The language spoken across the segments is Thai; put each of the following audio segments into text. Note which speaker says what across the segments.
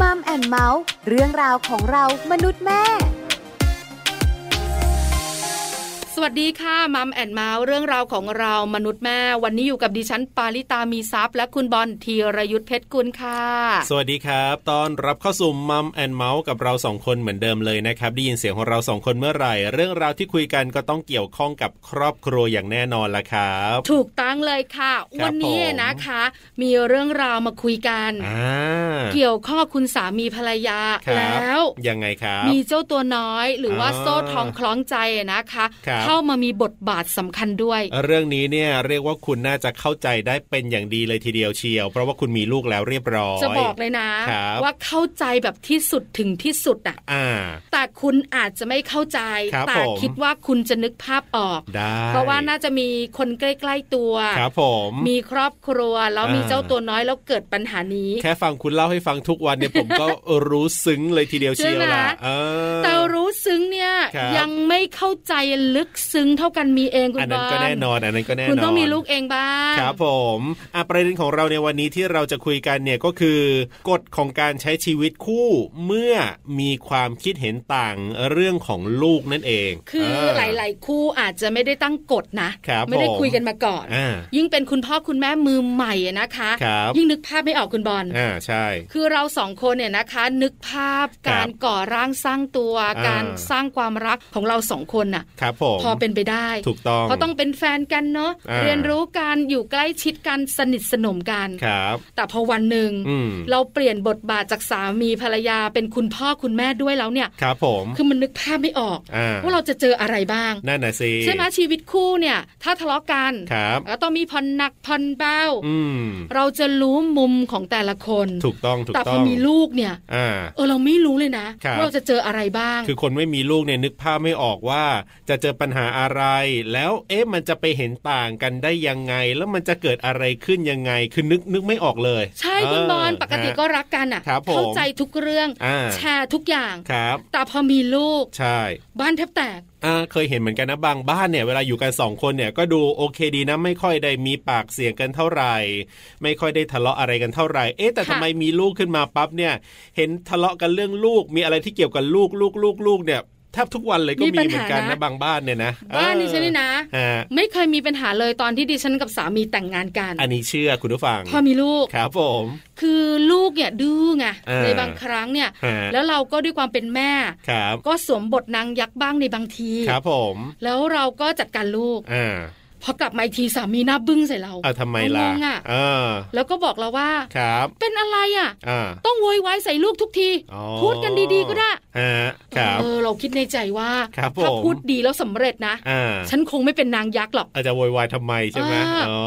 Speaker 1: มัมแอนเมาส์เรื่องราวของเรามนุษย์แม่
Speaker 2: สวัสดีค่ะมัมแอนเมาส์เรื่องราวของเรามนุษย์แม่ วันนี้อยู่กับดิฉันปาริตามีซัพย์และคุณบอลธีรยุทธเพชรกุลค่ะ
Speaker 3: สวัสดีครับต้อนรับเข้าสู่มัมแอนเมาส์กับเราสองคนเหมือนเดิมเลยนะครับ ได้ยินเสียงของเราสองคนเมื่อไหร่ เรื่องราวที่คุยกันก็ต้องเกี่ยวข้องกับครอบครัวอย่างแน่นอนละครับ
Speaker 2: ถูกตั้องเลยค่ะ
Speaker 3: ครับ
Speaker 2: วันี้นะคะ มีเรื่องราวมาคุยกัน
Speaker 3: อ่า
Speaker 2: เกี่ยวข้องกับคุณสามีภรรยา
Speaker 3: ครับ
Speaker 2: แล้ว
Speaker 3: ยังไงครับ
Speaker 2: มีเจ้าตัวน้อยหรือว่า
Speaker 3: อ่า
Speaker 2: โซ่ทองคล้องใจนะคะ
Speaker 3: ครับ
Speaker 2: เข้ามามีบทบาทสำคัญด้วย
Speaker 3: เรื่องนี้เนี่ยเรียกว่าคุณน่าจะเข้าใจได้เป็นอย่างดีเลยทีเดียวเชียว เพราะว่าคุณมีลูกแล้วเรียบร้อย
Speaker 2: จะบอกเลยนะ
Speaker 3: ครับ
Speaker 2: ว่าเข้าใจแบบที่สุดถึงที่สุดอะ
Speaker 3: อ่า
Speaker 2: แต่คุณอาจจะไม่เข้าใจ
Speaker 3: ครับ
Speaker 2: แต่
Speaker 3: ผม
Speaker 2: คิดว่าคุณจะนึกภาพออก
Speaker 3: ได้
Speaker 2: เพราะว่าน่าจะมีคนใกล้ๆตัว
Speaker 3: ครับผม
Speaker 2: มีครอบครัวแล้ว
Speaker 3: อ่ามี
Speaker 2: มีเจ้าตัวน้อยแล้วเกิดปัญหานี้
Speaker 3: แค่ฟังคุณเล่าให้ฟังทุกวันเนี่ยผมก็ รู้ซึ้งเลยทีเดียวเชียว
Speaker 2: ใช่ไหม
Speaker 3: ล่ะเออ
Speaker 2: แต่รู้ซึ้งเนี่ย
Speaker 3: ครับ
Speaker 2: ยังไม่เข้าใจลึกซึ้งเท่ากันมีเองคุณ
Speaker 3: อัน
Speaker 2: บ
Speaker 3: นั้น
Speaker 2: อ
Speaker 3: ก็
Speaker 2: ล
Speaker 3: แน่นอนอันนั้นก็แน่นอน
Speaker 2: คุณต้องมีลูกเองบ้าง
Speaker 3: ครับผมอ่ะประเด็นของเราในวันนี้ที่เราจะคุยกันเนี่ยก็คือกฎของการใช้ชีวิตคู่เมื่อมีความคิดเห็นต่างเรื่องของลูกนั่นเอง
Speaker 2: คือหลาย ๆ คู่อาจจะไม่ได้ตั้งกฎนะ
Speaker 3: ๆครับ
Speaker 2: ไม่ได้
Speaker 3: ผ
Speaker 2: คุยกันมาก่อน
Speaker 3: อ่า
Speaker 2: ยิ่งเป็นคุณพ่อคุณแม่มือใหม่อะนะคะ
Speaker 3: ครับ
Speaker 2: ยิ่งนึกภาพไม่ออกคุณบอล
Speaker 3: อ่าใช่
Speaker 2: คือเราสองคนเนี่ยนะคะ นึกภาพ
Speaker 3: ครับ
Speaker 2: การก่อร่างสร้างตัว
Speaker 3: อ่า
Speaker 2: การสร้างความรักของเราสองคนน่ะ
Speaker 3: ครับผม
Speaker 2: พอเป็นไปได้
Speaker 3: ถูกต้อง
Speaker 2: เพราะต้องเป็นแฟนกันเนาะ
Speaker 3: อ่า
Speaker 2: เรียนรู้กันอยู่ใกล้ชิดกันสนิทสนมกัน
Speaker 3: ครับ
Speaker 2: แต่พอวันหนึ่ง
Speaker 3: อืม
Speaker 2: เราเปลี่ยนบทบาทจากสามีภรรยาเป็นคุณพ่อคุณแม่ด้วยแล้วเนี่ย
Speaker 3: ครับผม
Speaker 2: คือมันนึกภาพไม่ออก
Speaker 3: อ่า
Speaker 2: ว่าเราจะเจออะไรบ้าง
Speaker 3: นั่นน่ะสิ
Speaker 2: ใช่ไหมชีวิตคู่เนี่ย ถ้าทะเลาะกัน
Speaker 3: ครับ
Speaker 2: ก็ต้องมีผ่อนหนักผ่อนเบา
Speaker 3: อืม
Speaker 2: เราจะรู้มุมของแต่ละคน
Speaker 3: ถูกต้องถูก
Speaker 2: แต่พ
Speaker 3: ต้
Speaker 2: อ
Speaker 3: อง
Speaker 2: มีลูกเนี่ย
Speaker 3: อ่า
Speaker 2: เออเราไม่รู้เลยนะครับ ว่าเราจะเจออะไรบ้าง
Speaker 3: คือคนไม่มีลูกเนี่ยนึกภาพไม่ออกว่า จะเจอปัญหาอะไร แล้วเอ๊ะมันจะไปเห็นต่างกันได้ยังไง แล้วมันจะเกิดอะไรขึ้นยังไง คือนึกนึกไม่ออกเลย
Speaker 2: ใช่คุณ
Speaker 3: เ
Speaker 2: บอลปกติก็
Speaker 3: ฮะ
Speaker 2: รักกันอ่ะ
Speaker 3: ครับผม
Speaker 2: เข้าใจทุกเรื่อง
Speaker 3: อ่า
Speaker 2: แชร์ทุกอย่าง
Speaker 3: ครับ
Speaker 2: แต่พอมีลูก
Speaker 3: ใช่
Speaker 2: บ้านแทบแตก
Speaker 3: อ่าเคยเห็นเหมือนกันนะบางบ้านเนี่ยเวลาอยู่กันสองคนเนี่ยก็ดูโอเคดีนะไม่ค่อยได้มีปากเสียงกันเท่าไหร่ ไม่ค่อยได้ทะเลาะอะไรกันเท่าไหร่ เอ๊ะแต่
Speaker 2: ค่ะ
Speaker 3: ทำไมมีลูกขึ้นมาปั๊บเนี่ย เห็นทะเลาะกันเรื่องลูกมีอะไรที่เกี่ยวกับลูกลูกลูกลูกเนี่ยแทบทุกวันเลยก็มีเหมือนกันนะบางบ้านเนี่ยนะ
Speaker 2: บ้าน
Speaker 3: เออ
Speaker 2: ดิฉันนี่นะ
Speaker 3: ฮะ
Speaker 2: ไม่เคยมีปัญหาเลยตอนที่ดิฉันกับสามีแต่งงานกัน
Speaker 3: อันนี้เชื่อคุณผู้ฟัง
Speaker 2: พอมีลูก
Speaker 3: ครับผม
Speaker 2: คือลูกเนี่ยดื้อไง
Speaker 3: อ่า
Speaker 2: ในบางครั้งเนี่ย
Speaker 3: ฮะ
Speaker 2: แล้วเราก็ด้วยความเป็นแม่
Speaker 3: ครับ
Speaker 2: ก็สวมบทนางยักษ์บ้างในบางที
Speaker 3: ครับผม
Speaker 2: แล้วเราก็จัดการลูก
Speaker 3: อ่า
Speaker 2: พอกลับมาอีกทีสามีหน้าบึ้งใส่เรา
Speaker 3: เอาทำไมล่ะ
Speaker 2: งงอ่ะ
Speaker 3: เออ
Speaker 2: แล้วก็บอกเราว่า
Speaker 3: ครับ
Speaker 2: เป็นอะไรอ่ะ
Speaker 3: อ่า
Speaker 2: ต้องโวยวายใส่ลูกทุกที
Speaker 3: อ๋อ
Speaker 2: พูดกันดีๆก็ได้
Speaker 3: ฮะครับ
Speaker 2: เออเราคิดในใจว่า
Speaker 3: ครับผม
Speaker 2: ถ้าพูดดีแล้วสำเร็จนะ
Speaker 3: อ่า
Speaker 2: ฉันคงไม่เป็นนางยักษ์หรอก
Speaker 3: อาจจะโวยวายทำไมใช่ไหม
Speaker 2: อ่า
Speaker 3: อ๋อ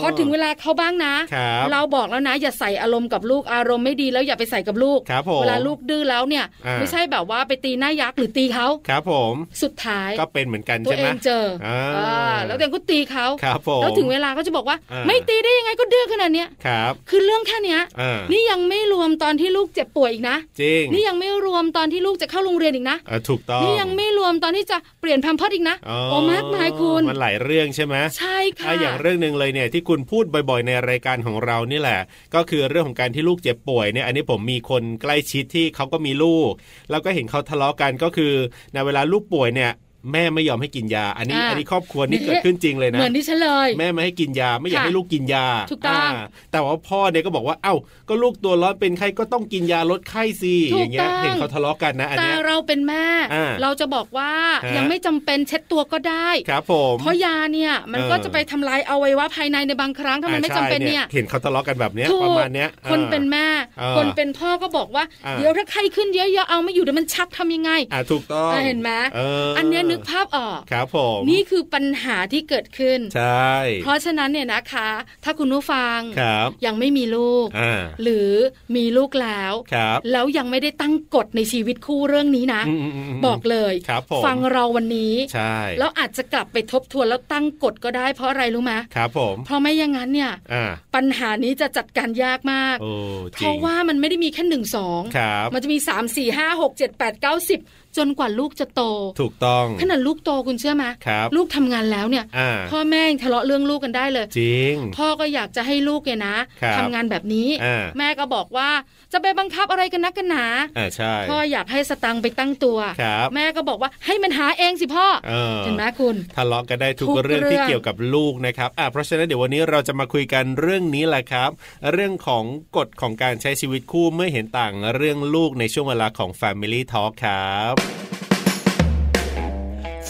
Speaker 2: พอถึงเวลาเขาบ้างนะ
Speaker 3: ครับ
Speaker 2: เราบอกแล้วนะ อย่าใส่อารมณ์กับลูกอารมณ์ไม่ดีแล้วอย่าไปใส่กับลูก
Speaker 3: ครับผม
Speaker 2: เวลาลูกดื้อแล้วเนี่ย
Speaker 3: อ่า
Speaker 2: ไม่ใช่แบบว่าไปตีหน้ายักษ์หรือตีเขา
Speaker 3: ครับผม
Speaker 2: สุดท้าย
Speaker 3: ก็เป็นเหมือนกัน
Speaker 2: ตัว
Speaker 3: ใช่
Speaker 2: เอ
Speaker 3: ไหม
Speaker 2: งเจอ
Speaker 3: อ่า
Speaker 2: อ่าแล้วตัวเองก็ตีเขา
Speaker 3: ครับผม
Speaker 2: แล้วถึงเวลาก็จะบอกว่า
Speaker 3: อ่า
Speaker 2: ไม่ตีได้ยังไงก็ดื้อขนาดเนี้ย
Speaker 3: ครับ
Speaker 2: คือเรื่องแค่เนี้ย
Speaker 3: อ่า
Speaker 2: นี่ยังไม่รวมตอนที่ลูกเจ็บป่วยอีกนะ
Speaker 3: จริง
Speaker 2: นี่ยังไม่รวมตอนที่ลูกจะเข้าโรงเรียนอีกนะ
Speaker 3: อ่าถูกต้อง
Speaker 2: นี่ยังไม่รวมตอนที่จะเปลี่ยนแพมเพิร์สอีกนะ
Speaker 3: อ๋อ
Speaker 2: โอ้มากมายคุณ
Speaker 3: มันหลายเรื่องใช่ไหม
Speaker 2: ใช่ค่ะ
Speaker 3: อ่ะอย่างเรื่องหนึ่งเลยเนี่ยที่คุณพูดบ่อยๆ ในรายการของเรานี่แหละ ก็คือเรื่องของการที่ลูกเจ็บป่วยเนี่ยอันนี้ผมมีคนใกล้ชิดที่เขาก็มีลูก แล้วก็เห็นเขาทะเลาะกันก็คือในเวลาลูกป่วยเนี่ย แม่ไม่ยอมให้กินยา อันนี้
Speaker 2: อ่า
Speaker 3: อันนี้ครอบครัวนี้เกิดขึ้นจริงเลยนะ
Speaker 2: เหมือนที่ฉันเลย
Speaker 3: แม่ไม่ให้กินยาไม่อยาก
Speaker 2: ค่ะ
Speaker 3: ให้ลูกกินยา
Speaker 2: ถูกต้อง
Speaker 3: าแต่ว่าพ่อเนี่ยก็บอกว่าเอ้าก็ลูกตัวร้อนเป็นไข้ก็ต้องกินยาลดไข้สิ
Speaker 2: ถูก
Speaker 3: อย่างเงี้ย
Speaker 2: ต้อง
Speaker 3: เห็นเขาทะเลาะกันนะ อัน
Speaker 2: แต่
Speaker 3: เนี้ย
Speaker 2: เราเป็นแม่
Speaker 3: อ่า
Speaker 2: เราจะบอกว่า
Speaker 3: ฮะ
Speaker 2: ยังไม่จำเป็นเช็ดตัวก็ได้
Speaker 3: ครับผม
Speaker 2: เพราะยาเนี่ยมัน
Speaker 3: เออ
Speaker 2: ก็จะไปทำลายอวัยวะภายในในบางครั้งถ้ามันไม่จำเป็น
Speaker 3: อ่าใช่
Speaker 2: เนี่ย
Speaker 3: เห็นเขาทะเลาะกันแบบเนี้ย
Speaker 2: ถูก
Speaker 3: ประมาณเนี้ย
Speaker 2: คน
Speaker 3: อ่า
Speaker 2: เป็นแม่
Speaker 3: เออ
Speaker 2: คนเป็นพ่อก็บอกว่า
Speaker 3: อ่า
Speaker 2: เดี๋ยวถ้าใครขึ้นเยอะๆเอาไม่อยู่เดี๋ยวมันชักทำยังไง
Speaker 3: อ่าถูกต้อง
Speaker 2: อ่ะเห็นไหม
Speaker 3: เอออั
Speaker 2: อันเนี้ยนึกภาพออก
Speaker 3: ครับผม
Speaker 2: นี่คือปัญหาที่เกิดขึ้น
Speaker 3: ใช่
Speaker 2: เพราะฉะนั้นเนี่ยนะคะ ถ้าคุณผู้ฟัง
Speaker 3: ครับ
Speaker 2: ยังไม่มีลูก
Speaker 3: อ่า
Speaker 2: หรือมีลูกแล้ว
Speaker 3: ครับ
Speaker 2: แล้วยังไม่ได้ตั้งกฎในชีวิตคู่เรื่องนี้นะ
Speaker 3: อืมมม
Speaker 2: บอกเลย
Speaker 3: ครับผม
Speaker 2: ฟังเราวันนี้
Speaker 3: ใช่
Speaker 2: แล้วอาจจะกลับไปทบทวนแล้วตั้งกฎก็ได้เพราะอะไรรู้ไหม
Speaker 3: ครับผม
Speaker 2: เพราะไม่อย่างนั้นเนี่ย
Speaker 3: อ่า
Speaker 2: ปัญหานี้จะจัดการยากมาก
Speaker 3: โอ้
Speaker 2: เพ
Speaker 3: จริ
Speaker 2: ราะ
Speaker 3: ง
Speaker 2: ว่ามันไม่ได้มีแค่หนึ่งสอง
Speaker 3: ครับ
Speaker 2: มันจะมีสามสี่ห้าหกเจ็ดแปดเก้าสิบ จนกว่าลูกจะโต
Speaker 3: ถูกต้อง
Speaker 2: ขนาดลูกโตคุณเชื่อไหม
Speaker 3: ครับ
Speaker 2: ลูกทำงานแล้วเนี่ย
Speaker 3: อ่า
Speaker 2: พ่อแม่ยังทะเลาะเรื่องลูกกันได้เลย
Speaker 3: จริง
Speaker 2: พ่อก็อยากจะให้ลูกเนี่ยนะครับ ทำงานแบบนี้
Speaker 3: อ่า
Speaker 2: แม่ก็บอกว่าจะไปบังคับอะไรกันนักกันหนา
Speaker 3: อ่าใช่
Speaker 2: พ่ออยากให้สตังค์ไปตั้งตัว
Speaker 3: ครับ
Speaker 2: แม่ก็บอกว่าให้มันหาเองสิพ่อ
Speaker 3: เออ
Speaker 2: เห็นไหมคุณ
Speaker 3: ทะเลาะกันได้ทุก
Speaker 2: ทุก
Speaker 3: เรื่องที่
Speaker 2: เรื่อง
Speaker 3: เกี่ยวกับลูกนะครับอ่ะเพราะฉะนั้นเดี๋ยววันนี้เราจะมาคุยกันเรื่องนี้แหละครับ เรื่องของกฎของการใช้ชีวิตคู่เมื่อเห็นต่างเรื่องลูกในช่วงเวลาของ Family Talk ครับ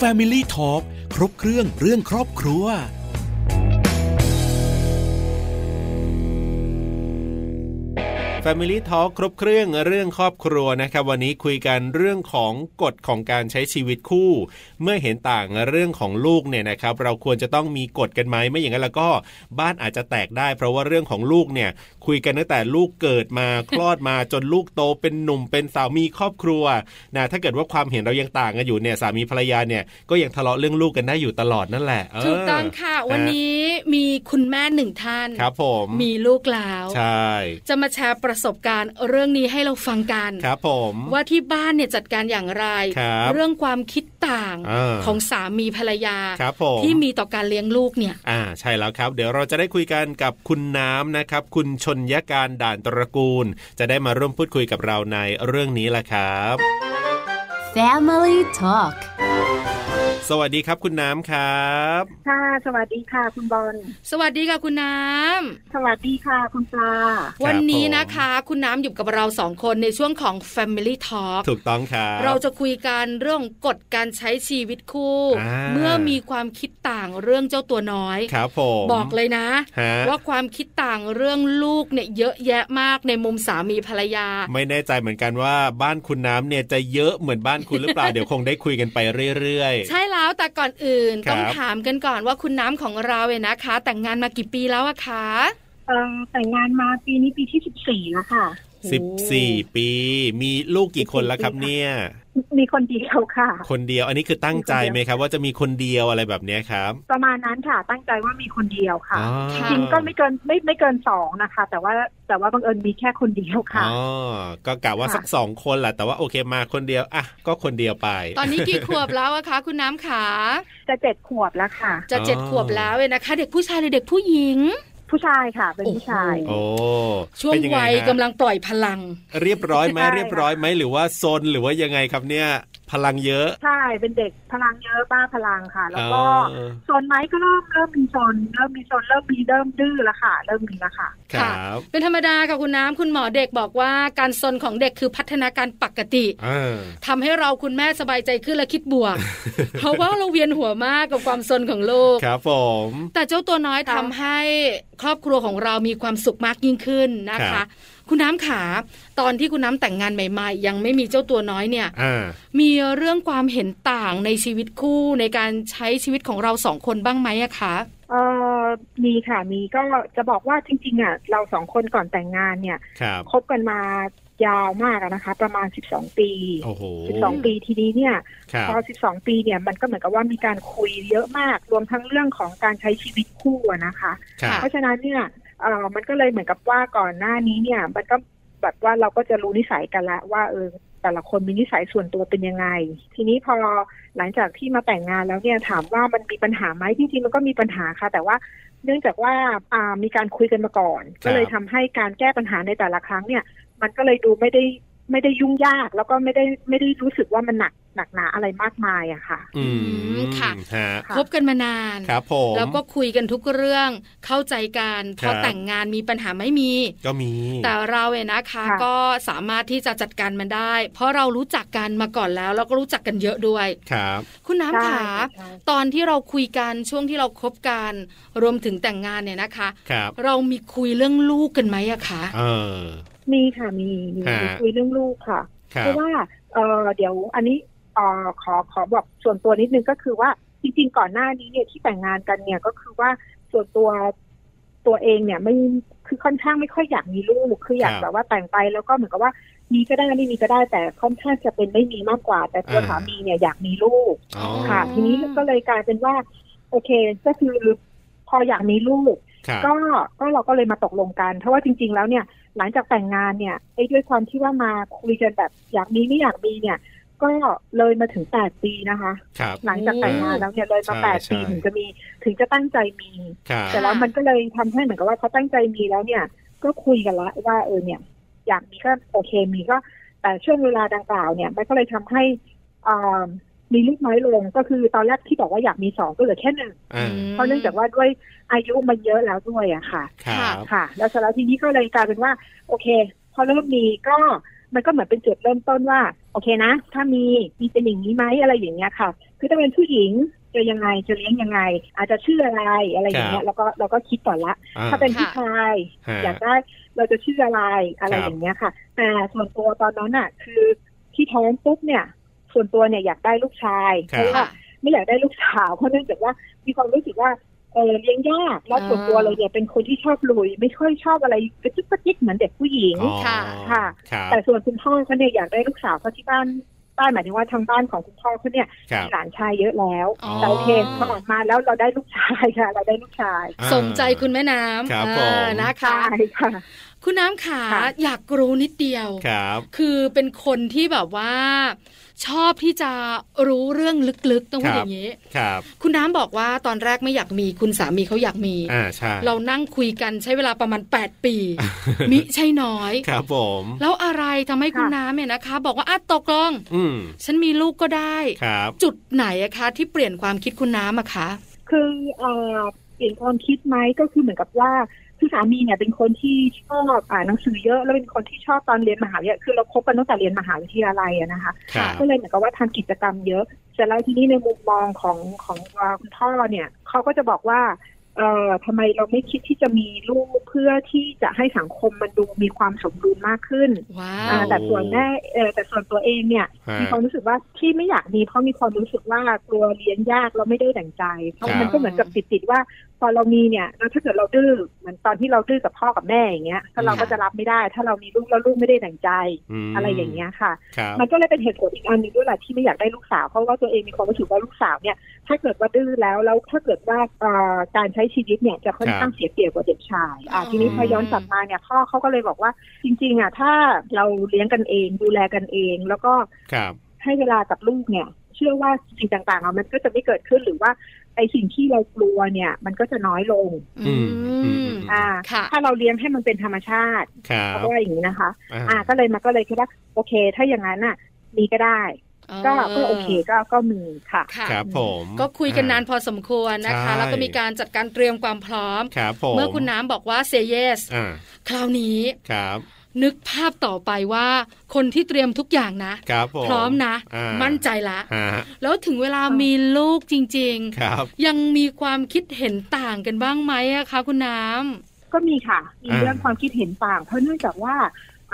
Speaker 4: Family Talk ครบเครื่องเรื่องครอบครัว
Speaker 3: Family Talk ครบเครื่องเรื่องครอบครัวนะครับ วันนี้คุยกันเรื่องของกฎของการใช้ชีวิตคู่ เมื่อเห็นต่างเรื่องของลูกเนี่ยนะครับ เราควรจะต้องมีกฎกันไหมไม่อย่างนั้นแล้วก็บ้านอาจจะแตกได้ เพราะว่าเรื่องของลูกเนี่ย คุยกันตั้งแต่ลูกเกิดมา คลอดมาจนลูกโตเป็นหนุ่มเป็นสาวมีครอบครัวนะถ้าเกิดว่าความเห็นเรายังต่างกันอยู่เนี่ยสามีภรรยาเนี่ยก็ยังทะเลาะเรื่องลูกกันได้อยู่ตลอดนั่นแหละเ
Speaker 2: ถูกต้องค่ะ วันนี้มีคุณแม่หนึ่งท่าน
Speaker 3: ครับผม
Speaker 2: มีลูกแล้ว
Speaker 3: ใช่
Speaker 2: จะมาแชร์ประสบการณ์เรื่องนี้ให้เราฟังกัน
Speaker 3: ครับผม
Speaker 2: ว่าที่บ้านเนี่ยจัดการอย่างไร
Speaker 3: ครับ
Speaker 2: เรื่องความคิดต่าง
Speaker 3: อ่า
Speaker 2: ของสามีภรรยา
Speaker 3: ครับผม
Speaker 2: ที่มีต่อการเลี้ยงลูกเนี่ย
Speaker 3: อ่าใช่แล้วครับ เดี๋ยวเราจะได้คุยกันกับคุณน้ำนะครับ คุณชนยการด่านตระกูล จะได้มาร่วมพูดคุยกับเราในเรื่องนี้ละครับ
Speaker 1: Family Talk
Speaker 3: สวัสดีครับคุณน้ำครับ
Speaker 5: ค่ะ สวัสดีค่ะ คุณบอล
Speaker 2: สวัสดีค่ะคุณน้ำ
Speaker 5: สวัสดีค่ะ คุณปลา
Speaker 2: วันนี้
Speaker 3: ผม
Speaker 2: นะคะ คุณน้ำอยู่กับเราสองคนในช่วงของ Family Talk
Speaker 3: ถูกต้องครับ
Speaker 2: เราจะคุยกันเรื่องกฎการใช้ชีวิตคู่
Speaker 3: อ่า
Speaker 2: เมื่อมีความคิดต่างเรื่องเจ้าตัวน้อย
Speaker 3: ครับผม
Speaker 2: บอกเลยนะ
Speaker 3: ฮะ
Speaker 2: ว่าความคิดต่างเรื่องลูกเนี่ยเยอะแยะมากในมุมสามีภรรยา
Speaker 3: ไม่แน่ใจเหมือนกันว่าบ้านคุณน้ำเนี่ยจะเยอะเหมือนบ้านคุณหรือเปล่า เดี๋ยวคงได้คุยกันไปเรื่อย
Speaker 2: ใช่แล้วแต่ก่อนอื่น
Speaker 3: ครับ
Speaker 2: ต้องถามกันก่อนว่าคุณน้ำของเราเนี่ยนะคะ แต่งงานมากี่ปีแล้วอะคะ
Speaker 5: เอ่อแต่งงานมาปีนี้ปีที่สิบสี่แล้วค่ะ
Speaker 3: 14 ปี มีลูกกี่คนแล้วครับเนี่ย
Speaker 5: มีคนเดียวค่ะ
Speaker 3: คนเดียวอันนี้คือตั้งใจไหมครับ ว่าจะมีคนเดียวอะไรแบบเนี้ยครับ
Speaker 5: ประมาณนั้นค่ะ ตั้งใจว่ามีคนเดียวค่ะ
Speaker 3: อ๋อ
Speaker 2: า
Speaker 5: จริงก็ไม่เกินไม่ไม่เกินสองนะคะ แต่ว่าแต่ว่าบังเอิญมีแค่คนเดียวค่ะ
Speaker 3: อ๋อ ก็กะว่า
Speaker 5: ค่ะ
Speaker 3: สักสองคนแหละ แต่ว่าโอเคมาคนเดียว อ่ะ ก็คนเดียวไป
Speaker 2: ตอนนี้กี่ขวบแล้วอะคะ คุณน้ำขา
Speaker 5: จะเจ็ดขวบแล้วค่ะ
Speaker 2: จะ
Speaker 3: อ๋อ
Speaker 2: เจ็ดขวบแล้วเนี่ยนะคะ เด็กผู้ชายหรือเด็กผู้หญิง
Speaker 5: ผู้ชายค่ะ เป็นผู้ชาย
Speaker 2: โอ้
Speaker 3: โอ้
Speaker 2: ช่วง
Speaker 3: เป็นไ
Speaker 2: วัย
Speaker 3: ฮะ
Speaker 2: กำลังปล่อยพลัง
Speaker 3: เรียบร้อยไหม
Speaker 5: ใช่ค่ะ
Speaker 3: เรียบร้อยไหมหรือว่าโซนหรือว่ายังไงครับเนี่ย พลังเยอะ
Speaker 5: ใช่ เป็นเด็กพลังเยอะบ้าพลังค่ะ แล้วก็
Speaker 3: เออ
Speaker 5: โซนไม้ก็เริ่มเริ่มมีโซนเริ่มมีโซนเริ่มมีเริ่มดื้อแล้วค่ะ เริ่มมีแล้วค่ะ
Speaker 3: ค
Speaker 2: ค่ะ
Speaker 3: รับ
Speaker 2: เป็นธรรมดาค่ะคุณน้ำคุณหมอเด็กบอกว่าการซนของเด็กคือพัฒนาการปกติ
Speaker 3: เออ
Speaker 2: ทำให้เราคุณแม่สบายใจขึ้นและคิดบวก เพราะว่าเราเวียนหัวมากกับความซนของลูก
Speaker 3: ครับผม
Speaker 2: แต่เจ้าตัวน้อยทำให้ครอบครัวของเรามีความสุขมากยิ่งขึ้นนะ
Speaker 3: ครั
Speaker 2: คะ
Speaker 3: บ
Speaker 2: คุณน้ำขาตอนที่คุณน้ำแต่งงานใหม่ ๆ ยังไม่มีเจ้าตัวน้อยเนี่ย
Speaker 3: อ่า
Speaker 2: มีเรื่องความเห็นต่างในชีวิตคู่ในการใช้ชีวิตของเราสองคนบ้างไหมอะคะ
Speaker 5: เออมีค่ะ มีก็จะบอกว่าจริงๆอ่ะเราสองคนก่อนแต่งงานเนี่ย
Speaker 3: ครับ
Speaker 5: คบกันมายาวมากอะนะคะ ประมาณ 12 ปี
Speaker 3: โอ้โห
Speaker 5: 12 ปีทีนี้เนี่ย
Speaker 3: ครับ
Speaker 5: พอ 12 ปีเนี่ยมันก็เหมือนกับว่ามีการคุยเยอะมาก รวมทั้งเรื่องของการใช้ชีวิตคู่อะนะคะ
Speaker 3: ครับ
Speaker 5: เพราะฉะนั้นเนี่ยเออมันก็เลยเหมือนกับว่าก่อนหน้านี้เนี่ย มันก็แบบว่าเราก็จะรู้นิสัยกันละว่าเออแต่ละคนมีนิสัยส่วนตัวเป็นยังไง ทีนี้พอหลังจากที่มาแต่งงานแล้วเนี่ยถามว่ามันมีปัญหาไหมจริงๆมันก็มีปัญหาค่ะ แต่ว่าเนื่องจากว่าอ่ามีการคุยกันมาก่อน
Speaker 3: ครับ
Speaker 5: ก็เลยทำให้การแก้ปัญหาในแต่ละครั้งเนี่ย มันก็เลยดูไม่ได้ไม่ได้ยุ่งยาก แล้วก็ไม่ได้ไม่ได้รู้สึกว่ามันหนักหนักหนาอะไรมากมายอะค่ะ
Speaker 3: อืม
Speaker 2: ค่ะ
Speaker 3: ฮะ
Speaker 5: ค่ะ
Speaker 2: คบกันมานาน
Speaker 3: ครับผม
Speaker 2: แล้วก็คุยกันทุกเรื่องเข้าใจกันพ
Speaker 3: ครั
Speaker 2: อบ แต่งงานมีปัญหาไม่มี
Speaker 3: ก็มี
Speaker 2: แต่เราเนี่ยนะคะ
Speaker 5: ค่ะ
Speaker 2: ก็สามารถที่จะจัดการมันได้ เพราะเรารู้จักกันมาก่อนแล้ว แล้วก็รู้จักกันเยอะด้วย
Speaker 3: ครับ
Speaker 2: คุณน้ำขา
Speaker 5: ใช่ใช่
Speaker 2: ตอนที่เราคุยกันช่วงที่เราคบกันรวมถึงแต่งงานเนี่ยนะคะ
Speaker 3: ครับ
Speaker 2: เรามีคุยเรื่องลูกกันไหมอะคะ
Speaker 3: เออ
Speaker 5: มีค่ะมีมี
Speaker 3: ฮะ
Speaker 5: คุยเรื่องลูกค่ะ
Speaker 3: ครับ
Speaker 5: เพราะว่าเออเดี๋ยวอันนี้เออขอขอบอกส่วนตัวนิดนึงก็คือว่าจริงๆก่อนหน้านี้เนี่ยที่แต่งงานกันเนี่ยก็คือว่าส่วนตัวตัวเองเนี่ยไม่คือค่อนข้างไม่ค่อยอยากมีลูกคืออยาก
Speaker 3: ครับ
Speaker 5: แบบว่าแต่งไปแล้วก็เหมือนกับว่ามีก็ได้ไม่มีก็ได้แต่ค่อนข้างจะเป็นไม่มีมากกว่า แต่ตัว
Speaker 3: อ่า
Speaker 5: สามีเนี่ยอยากมีลูก
Speaker 3: อ๋อ
Speaker 5: ค่ะ ทีนี้ก็เลยกลายเป็นว่า โอเคก็คือพออยากมีลูก
Speaker 3: ครับ
Speaker 5: ก็ก็เราก็เลยมาตกลงกัน เพราะว่าจริง ๆ แล้วเนี่ยหลังจากแต่งงานเนี่ยไอ้ด้วยความที่ว่ามาคุยกันแบบอยากมีไม่อยากมีเนี่ย ก็เลยมาถึงแปดปีนะคะ
Speaker 3: ครับ
Speaker 5: หลังจากแต่งงานแล้วเนี่ยเลยมา
Speaker 3: ใช่
Speaker 5: แปดปี
Speaker 3: ใช่
Speaker 5: ถึงจะมีถึงจะตั้งใจมี
Speaker 3: ครับ
Speaker 5: แต่แล้วมันก็เลยทำให้เหมือนกับว่าเขาตั้งใจมีแล้วเนี่ย ก็คุยกันละว่าเออเนี่ย อยากมีก็โอเคมีก็ แต่ช่วงเวลาดังกล่าวเนี่ย มันก็เลยทำให้อ่ามีลูกน้อยลงก็คือตอนแรกที่บอกว่าอยากมีสองก็เหลือแค่หนึ่ง
Speaker 3: อ่าม
Speaker 5: เพราะเนื่องจากว่าด้วยอายุมันเยอะแล้วด้วยอะค่ะ
Speaker 3: ครับ
Speaker 5: ค่ะ แล้วเสร็จแล้วทีนี้ก็เลยกลายเป็นว่า โอเค พอเริ่มมีก็มันก็เหมือนเป็นจุดเริ่มต้นว่า โอเคนะ ถ้ามีมีเป็นอย่างนี้ไหมอะไรอย่างเงี้ยค่ะ คือถ้าเป็นผู้หญิงจะยังไงจะเลี้ยงยังไง อาจจะชื่ออะไรอะไรอย่าง
Speaker 3: ค
Speaker 5: เงี้
Speaker 3: รั
Speaker 5: ย
Speaker 3: บ
Speaker 5: เราก็เราก็คิดก่อนละ
Speaker 3: อ่
Speaker 5: ถ้าเป็นผู้ชาย
Speaker 3: ฮะ
Speaker 5: อยากได้เราจะชื่ออะไรอะไร
Speaker 3: ครับ
Speaker 5: อย่างเงี้ยค่ะ แต่ส่วนตัวตอนนั้นอ่ะ คือที่ท้องปุ๊บเนี่ย ส่วนตัวเนี่ยอยากได้ลูกชาย
Speaker 3: ค
Speaker 5: เพ
Speaker 3: รับ
Speaker 5: ราะว่า ไม่อยากได้ลูกสาวเพราะเนื่องจากว่ามีความรู้สึกว่าเออเลี้ยงยากแล้ว
Speaker 2: อ่า
Speaker 5: ส่วนตัวเลยเนี่ยเป็นคนที่ชอบลุย ไม่ค่อยชอบอะไรกระจุกกระจิกเหมือนเด็กผู้หญิง
Speaker 3: อ๋อ
Speaker 2: ค่ะ
Speaker 5: ค่ะ
Speaker 3: ครับ
Speaker 5: แต่ส่วนคุณพ่อเขาเนี่ยอยากได้ลูกสาวเพราะที่บ้านบ้านหมายถึงว่าทางบ้านของคุณพ่อเขาเนี่ย
Speaker 3: ครับ
Speaker 5: มีหลานชายเยอะแล้ว
Speaker 2: อ๋อ
Speaker 5: แต่โอเคพอออกมาแล้วเราได้ลูกชายค่ะ เราได้ลูกชาย
Speaker 2: สมใจคุณแม่น้ำ
Speaker 3: ครับ
Speaker 2: อ่า
Speaker 3: ผม
Speaker 2: นะคะ
Speaker 5: ใช่ค่ะ
Speaker 2: คุณน้ำขา
Speaker 5: ค่ะ
Speaker 2: อยากรู้นิดเดียว
Speaker 3: ครับ
Speaker 2: คือเป็นคนที่แบบว่า ชอบที่จะรู้เรื่องลึกๆ ต้องพูด
Speaker 3: ค
Speaker 2: อ
Speaker 3: รับ
Speaker 2: ย่างนี้
Speaker 3: ครับ
Speaker 2: คุณน้ำบอกว่าตอนแรกไม่อยากมีคุณสามีเขาอยากมี
Speaker 3: อ่าใช่
Speaker 2: เรานั่งคุยกันใช้เวลาประมาณ 8 ปี มิใช่น้อย
Speaker 3: ครับผม
Speaker 2: แล้วอะไรทำให้คุณ
Speaker 5: ค่ะ
Speaker 2: น้ำเนี่ยนะคะ บอกว่าอ่ะตกลง
Speaker 3: อืม
Speaker 2: ฉันมีลูกก็ได้
Speaker 3: ครับ
Speaker 2: จุดไหนอะคะที่เปลี่ยนความคิดคุณน้ำอะคะ
Speaker 5: คือเอ่อเปลี่ยนความคิดไหมก็คือเหมือนกับว่าคือสามีเนี่ยเป็นคนที่ชอบอ่านหนังสือเยอะแล้วเป็นคนที่ชอบตอนเรียนมหาวิทยาลัยคือเราคบกันตั้งแต่เรียนมหาวิทยาลัยอะนะคะ
Speaker 3: ครับ
Speaker 5: ก็เลยเหมือนกับว่าทำกิจกรรมเยอะเสร็จแล้วทีนี้ในมุมมองของของตัวคุณพ่อเนี่ยเขาก็จะบอกว่าเอ่อทำไมเราไม่คิดที่จะมีลูกเพื่อที่จะให้สังคมมันดูมีความสมดุลมากขึ้น
Speaker 2: ว้า
Speaker 5: อ่าว แต่ส่วนแม่เอ่อแต่ส่วนตัวเองเนี่ย
Speaker 3: ฮะ
Speaker 5: มีความรู้สึกว่าที่ไม่อยากมีเพราะมีความรู้สึกว่ากลัวเลี้ยงยากเราไม่ได้ดั่งใจ เพราะ
Speaker 3: ครับ
Speaker 5: มันก็เหมือนกับติดติดๆว่าพอเรามีเนี่ยแล้วถ้าเกิดเราดื้อเหมือนตอนที่เราดื้อกับพ่อกับแม่อย่างเงี้ยถ้าเราก็จะรับไม่ได้ ถ้าเรามีลูกแล้วลูกไม่ได้ดั่งใจ
Speaker 3: ม
Speaker 5: อะไรอย่างเงี้ยค่ะ
Speaker 3: ครับ
Speaker 5: มันก็เลยเป็นเหตุผลอีกอันหนึ่งด้วยแหละที่ไม่อยากได้ลูกสาวเพราะว่าตัวเองมีความรู้สึกว่าลูกสาวเนี่ยถ้าเกิดว่าดื้อแล้วแล้วถ้าเกิดว่าเอ่อการใช้ชีวิตเนี่ยจะค่อนข้างเสียเปรียบกว่าเด็กชายอ่ะ
Speaker 2: อ๋อ
Speaker 5: ทีนี้พอย้อนกลับมาเนี่ยพ่อเขาก็เลยบอกว่าจริงๆอ่ะถ้าเราเลี้ยงกันเองดูแลกันเอง แล้วก็
Speaker 3: ครับ
Speaker 5: ให้เวลากับลูกเนี่ย เชื่อว่าสิ่งต่างๆอ่ะมันก็จะไม่เกิดขึ้นหรือว่าไอสิ่งที่เรากลัวเนี่ย มันก็จะน้อยลง
Speaker 3: อืมอืมม
Speaker 5: อ่า
Speaker 2: ค่ะ
Speaker 5: ถ้าเราเลี้ยงให้มันเป็นธรรมชาติ
Speaker 3: ครั
Speaker 5: เขา
Speaker 3: บ
Speaker 5: ก็ว่าอย่างนี้นะคะ
Speaker 3: อ่า
Speaker 5: อ่าก็เลยมาก็เลยคิดว่าโอเค ถ้าอย่างนั้นอ่ะมีก็ได้ ก็ก็โอเคก็ก็มีค่ะ
Speaker 2: ค่ะ
Speaker 3: ครับผม
Speaker 2: ก็คุยกันนาน
Speaker 3: อ่
Speaker 2: พอสมควรนะคะ
Speaker 3: ใช่
Speaker 2: แล้วก็มีการจัดการเตรียมความพร้อม
Speaker 3: าครับผม
Speaker 2: เมื่อคุณน้ำบอกว่า say yes
Speaker 3: อ่า
Speaker 2: คราวนี้
Speaker 3: ครับ
Speaker 2: นึกภาพต่อไปว่า คนที่เตรียมทุกอย่างนะ
Speaker 3: ครับผม
Speaker 2: พร้อมนะ
Speaker 3: อ่า
Speaker 2: มั่นใจละ
Speaker 3: ฮะ
Speaker 2: แล้วถึงเวลามีลูกจริง
Speaker 3: ครับ
Speaker 2: ๆ ยังมีความคิดเห็นต่างกันบ้างไหมอะคะคุณน้
Speaker 5: ก็มีค่ะ มี
Speaker 3: อ่า
Speaker 5: เรื่องความคิดเห็นต่าง เพราะเนื่องจากว่า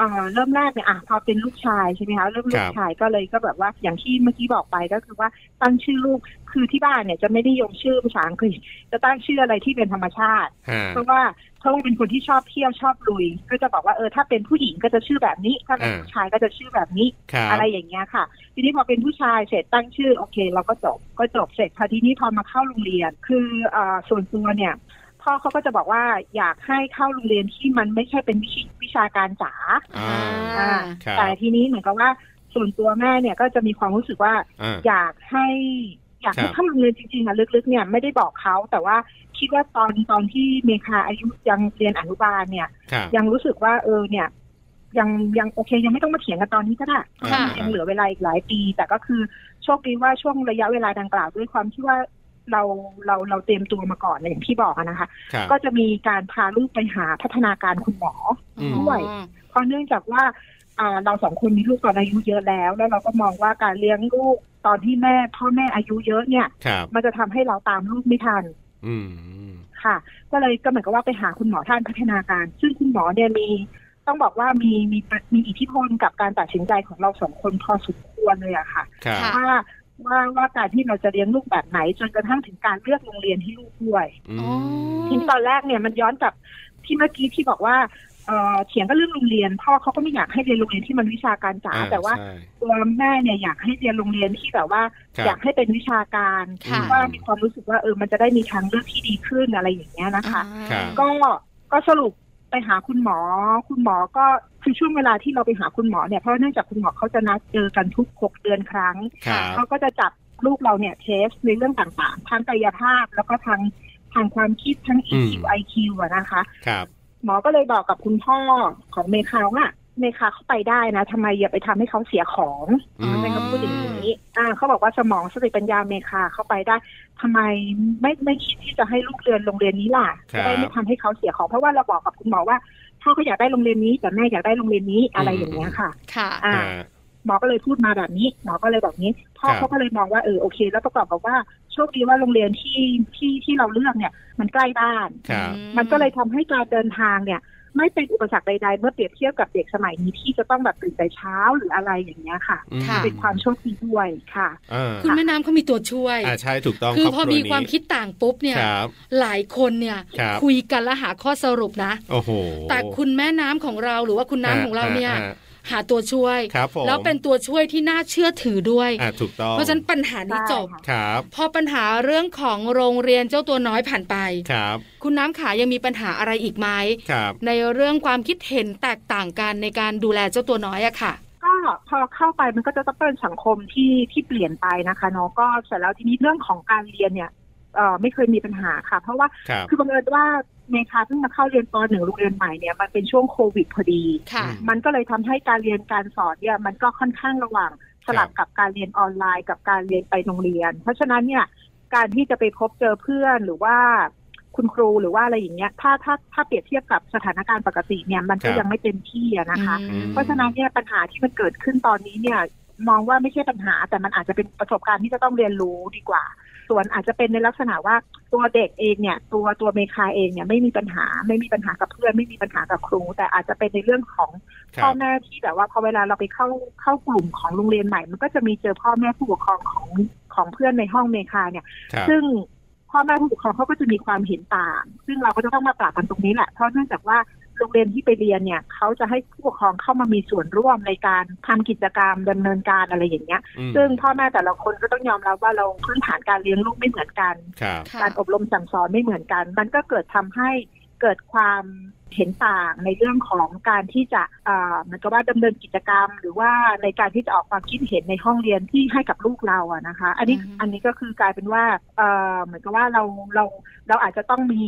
Speaker 5: อ่าเริ่มแรกเนี่ยอ่ะพอเป็นลูกชายใช่ไหมคะเริ่มลู
Speaker 3: ครั
Speaker 5: ก
Speaker 3: บ
Speaker 5: ชายก็เลยก็แบบว่าอย่างที่เมื่อกี้บอกไปก็คือว่าตั้งชื่อลูกคือที่บ้านเนี่ยจะไม่ได้ยงชื่อภาษาอังกฤษจะตั้งชื่ออะไรที่เป็นธรรมชาติ
Speaker 3: ฮะ
Speaker 5: เพราะว่าเพราะว่าเป็นคนที่ชอบเที่ยวชอบลุย ก็จะบอกว่าเออถ้าเป็นผู้หญิงก็จะชื่อแบบนี้ ถ้าเป็นผู้ชายก็จะชื่อแบบนี้
Speaker 3: ครับ
Speaker 5: อะไรอย่างเงี้ยค่ะ ทีนี้พอเป็นผู้ชายเสร็จตั้งชื่อโอเค เราก็จบก็จบเสร็จพอทีนี้พอมาเข้าโรงเรียน คือเอ่อส่วนตัวเนี่ยพ่อเขาก็จะบอกว่าอยากให้เข้าโรงเรียนที่มันไม่ใช่เป็นวิชวิชาการจ๋า
Speaker 2: ำ
Speaker 3: อ่า
Speaker 2: อ่า
Speaker 3: ครับ
Speaker 5: แต่ทีนี้เหมือนกับว่าส่วนตัวแม่เนี่ยก็จะมีความรู้สึกว่า
Speaker 3: อ่า
Speaker 5: อยากให้อยาก
Speaker 3: ครั
Speaker 5: ให้
Speaker 3: บ
Speaker 5: เข้าโรงเรียนจริงๆอะลึกๆเนี่ยไม่ได้บอกเขาแต่ว่าคิดว่าตอนตอนที่เมคาอายุยังเรียนอนุบาลเนี่ย
Speaker 3: ครับ
Speaker 5: ยังรู้สึกว่าเออเนี่ย ยังยังโอเคยังไม่ต้องมาเถียงกันตอนนี้ก็ได้เพราะว่า
Speaker 2: ค่ะ
Speaker 5: มันยังเหลือเวลาอีกหลายปี แต่ก็คือโชคดีว่าช่วงระยะเวลาดังกล่าวด้วยความที่ว่าเราเราเราเตรียมตัวมาก่อนนะอย่างที่บอกอะนะคะ
Speaker 3: ครับ
Speaker 5: ก็จะมีการพาลูกไปหาพัฒนาการคุณหมอ
Speaker 3: อืม
Speaker 5: ด้วย เพราะเนื่องจากว่าอ่าเราสองคนมีลูกตอนอายุเยอะแล้ว แล้วเราก็มองว่าการเลี้ยงลูกตอนที่แม่พ่อแม่อายุเยอะเนี่ย
Speaker 3: ครับ
Speaker 5: มันจะทำให้เราตามลูกไม่ทัน
Speaker 3: อืม
Speaker 5: ค่ะ ก็เลยก็เหมือนกับว่าไปหาคุณหมอท่านพัฒนาการ ซึ่งคุณหมอเนี่ยมีต้องบอกว่ามีมีมีอิทธิพลกับการตัดสินใจของเราสองคนพอสมควรเลยอะค่ะ
Speaker 3: ครับ
Speaker 2: ค่ะ
Speaker 5: ว่าว่าว่าการที่เราจะเลี้ยงลูกแบบไหน จนกระทั่งถึงการเลือกโรงเรียนให้ลูกด้วย
Speaker 3: อืม
Speaker 2: อ๋อ
Speaker 5: ทีนี้ตอนแรกเนี่ยมันย้อนกลับที่เมื่อกี้ที่บอกว่าเอ่อเถียงก็เรื่องโรงเรียนพ่อเขาก็ไม่อยากให้เรียนโรงเรียนที่มันวิชาการจ๋า
Speaker 3: อ่
Speaker 5: แต่ว่า
Speaker 3: ใช่
Speaker 5: ตัวแม่เนี่ยอยากให้เรียนโรงเรียนที่แบบว่า
Speaker 3: ครับ
Speaker 5: อยากให้เป็นวิชาการ
Speaker 2: ค่ะ
Speaker 5: ว่ามีความรู้สึกว่าเออมันจะได้มีทางเลือกที่ดีขึ้นอะไรอย่างเงี้ยนะคะ
Speaker 2: อ่า
Speaker 3: ครับ
Speaker 5: ก็ก็สรุป ไปหาคุณหมอ คุณหมอก็คือช่วงเวลาที่เราไปหาคุณหมอเนี่ยเพราะเนื่องจากคุณหมอเขาจะนัดเจอกันทุกหกเดือนครั้ง
Speaker 3: ครับ
Speaker 5: เขาก็จะจับลูกเราเนี่ยเทสในเรื่องต่างๆ ทางกายภาพแล้วก็ทางทางความคิดทั้ง
Speaker 3: อืม
Speaker 5: EQ IQ อะนะคะ
Speaker 3: ครับ
Speaker 5: หมอก็เลยบอกกับคุณพ่อของเมคาว่าเมคาเขาไปได้นะทำไมอย่าไปทำให้เขาเสียของ
Speaker 3: อืม
Speaker 5: ทำไมเขาพูดอย่างนี้อ่าเขาบอกว่าสมองสติปัญญาเมคาเขาไปได้ทำไมไม่ไม่คิดที่จะให้ลูกเรียนโรงเรียนนี้ล่ะจะได้ไม่ทำให้เขาเสียของ เพราะว่าเราบอกกับคุณหมอว่าพ่อเขาอยากได้โรงเรียนนี้แต่แม่อยากได้โรงเรียนนี้อะไรอย่างเงี้ยค่ะ
Speaker 2: ค่ะ
Speaker 5: อ่า
Speaker 3: อ่า
Speaker 5: หมอก็เลยพูดมาแบบนี้ หมอก็เลยบอกนี้ พ่อ
Speaker 3: ครับ
Speaker 5: เขาก็เลยมองว่าเออโอเค แล้วประกอบกับว่าโชคดีว่าโรงเรียนที่ที่ที่เราเลือกเนี่ย มันใกล้บ้าน
Speaker 3: ครับ
Speaker 5: มันก็เลยทำให้การเดินทางเนี่ย ไม่เป็นอุปสรรคใดๆ เมื่อเปรียบเทียบกับเด็กสมัยนี้ที่จะต้องแบบตื่นแต่เช้าหรืออะไรอย่างเงี้ยค่ะ
Speaker 3: อืม
Speaker 2: ค่ะ
Speaker 5: เป็นความโชคดีด้วยค่ะ
Speaker 3: อ่า
Speaker 2: คุณแม่น้ำเขามีตัวช่วย
Speaker 3: อ่าใช่ถูกต้อง
Speaker 2: คือ
Speaker 3: รับ
Speaker 2: พอ
Speaker 3: รั
Speaker 2: มี
Speaker 3: นี้
Speaker 2: ความคิดต่างปุ๊บเนี่ย
Speaker 3: ครับ
Speaker 2: หลายคนเนี่ย
Speaker 3: ครับ
Speaker 2: ยกันและหาข้อสรุปนะ
Speaker 3: โอ้โห
Speaker 2: แต่คุณแม่น้ำของเราหรือว่าคุณน้ำของเราเนี่ย
Speaker 3: อ่
Speaker 2: หาตัวช่วย
Speaker 3: อ่าครับผม
Speaker 2: แล้วเป็นตัวช่วยที่น่าเชื่อถือด้วย
Speaker 3: อ่าถูกต้อง
Speaker 2: เพราะฉะนั้นปัญหานี้จบ
Speaker 5: ใช่
Speaker 3: ค
Speaker 5: ค่ะ
Speaker 3: รับ
Speaker 2: พอปัญหาเรื่องของโรงเรียนเจ้าตัวน้อยผ่านไป
Speaker 3: ครับ
Speaker 2: คุณน้ำขายังมีปัญหาอะไรอีกไหม
Speaker 3: ครับ
Speaker 2: ในเรื่องความคิดเห็นแตกต่างกันในการดูแลเจ้าตัวน้อยอะค่ะ
Speaker 5: ก็พอเข้าไปมันก็จะต้องเป็นสังคมที่ที่เปลี่ยนไปนะคะเนาะก็เสร็จแล้วทีนี้เรื่องของการเรียนเนี่ยเออไม่เคยมีปัญหาค่ะ เพราะว่า
Speaker 3: ครับ
Speaker 5: คือบังเอิญว่าเมคาเพิ่งมาเข้าเรียนปหนึ่งโรงเรียนใหม่เนี่ยมันเป็นช่วงโควิดพอดี
Speaker 2: ค่ะ
Speaker 3: อืม
Speaker 5: มันก็เลยทำให้การเรียนการสอนเนี่ยมันก็ค่อนข้างระหว่างสลับกับการเรียนออนไลน์กับการเรียนไปโรงเรียน เพราะฉะนั้นเนี่ยการที่จะไปพบเจอเพื่อนหรือว่าคุณครูหรือว่าอะไรอย่างเงี้ยถ้าถ้าถ้าเปรียบเทียบกับสถานการณ์ปกติเนี่ยมันก็
Speaker 3: ครับ
Speaker 5: ยังไม่เต็มที่อะนะคะ
Speaker 2: อืม
Speaker 5: เพราะฉะนั้นเนี่ยปัญหาที่มันเกิดขึ้นตอนนี้เนี่ยมองว่าไม่ใช่ปัญหา แต่มันอาจจะเป็นประสบการณ์ที่จะต้องเรียนรู้ดีกว่า ส่วนอาจจะเป็นในลักษณะว่าตัวเด็กเองเนี่ย ตัวตัวเมคาเองเนี่ยไม่มีปัญหาไม่มีปัญหากับเพื่อนไม่มีปัญหากับครู แต่อาจจะเป็นในเรื่องของ
Speaker 3: ค
Speaker 5: พ่
Speaker 3: รั
Speaker 5: อบ แม่ที่แบบว่าพอเวลาเราไปเข้าเข้ากลุ่มของโรงเรียนใหม่ มันก็จะมีเจอพ่อแม่ผู้ปกครองของของเพื่อนในห้องเมคาเนี่ย
Speaker 3: ครับ
Speaker 5: ซึ่งพ่อแม่ผู้ปกครองเขาก็จะมีความเห็นต่าง ซึ่งเราก็จะต้องมาปรับกันตรงนี้แหละ เพราะเนื่องจากว่าโรงเรียนที่ไปเรียนเนี่ยเขาจะให้ผู้ปกครองเข้ามามีส่วนร่วมในการทำกิจกรรมดำเนินการอะไรอย่างเงี้ย
Speaker 3: อืม
Speaker 5: ซึ่งพ่อแม่แต่ละคนก็ต้องยอมรับว่าเราพื้นฐานการเลี้ยงลูกไม่เหมือนกัน
Speaker 3: ครับ
Speaker 2: ค่ะ
Speaker 5: การอบรมสั่งสอนไม่เหมือนกัน มันก็เกิดทำให้เกิดความเห็นต่างในเรื่องของการที่จะเอ่อเหมือนกับว่าดำเนินกิจกรรม หรือว่าในการที่จะออกความคิดเห็นในห้องเรียนที่ให้กับลูกเราอะนะคะ อันนี้
Speaker 2: อือฮึ
Speaker 5: อันนี้ก็คือกลายเป็นว่าเอ่อเหมือนกับว่าเราเราเราอาจจะต้องมี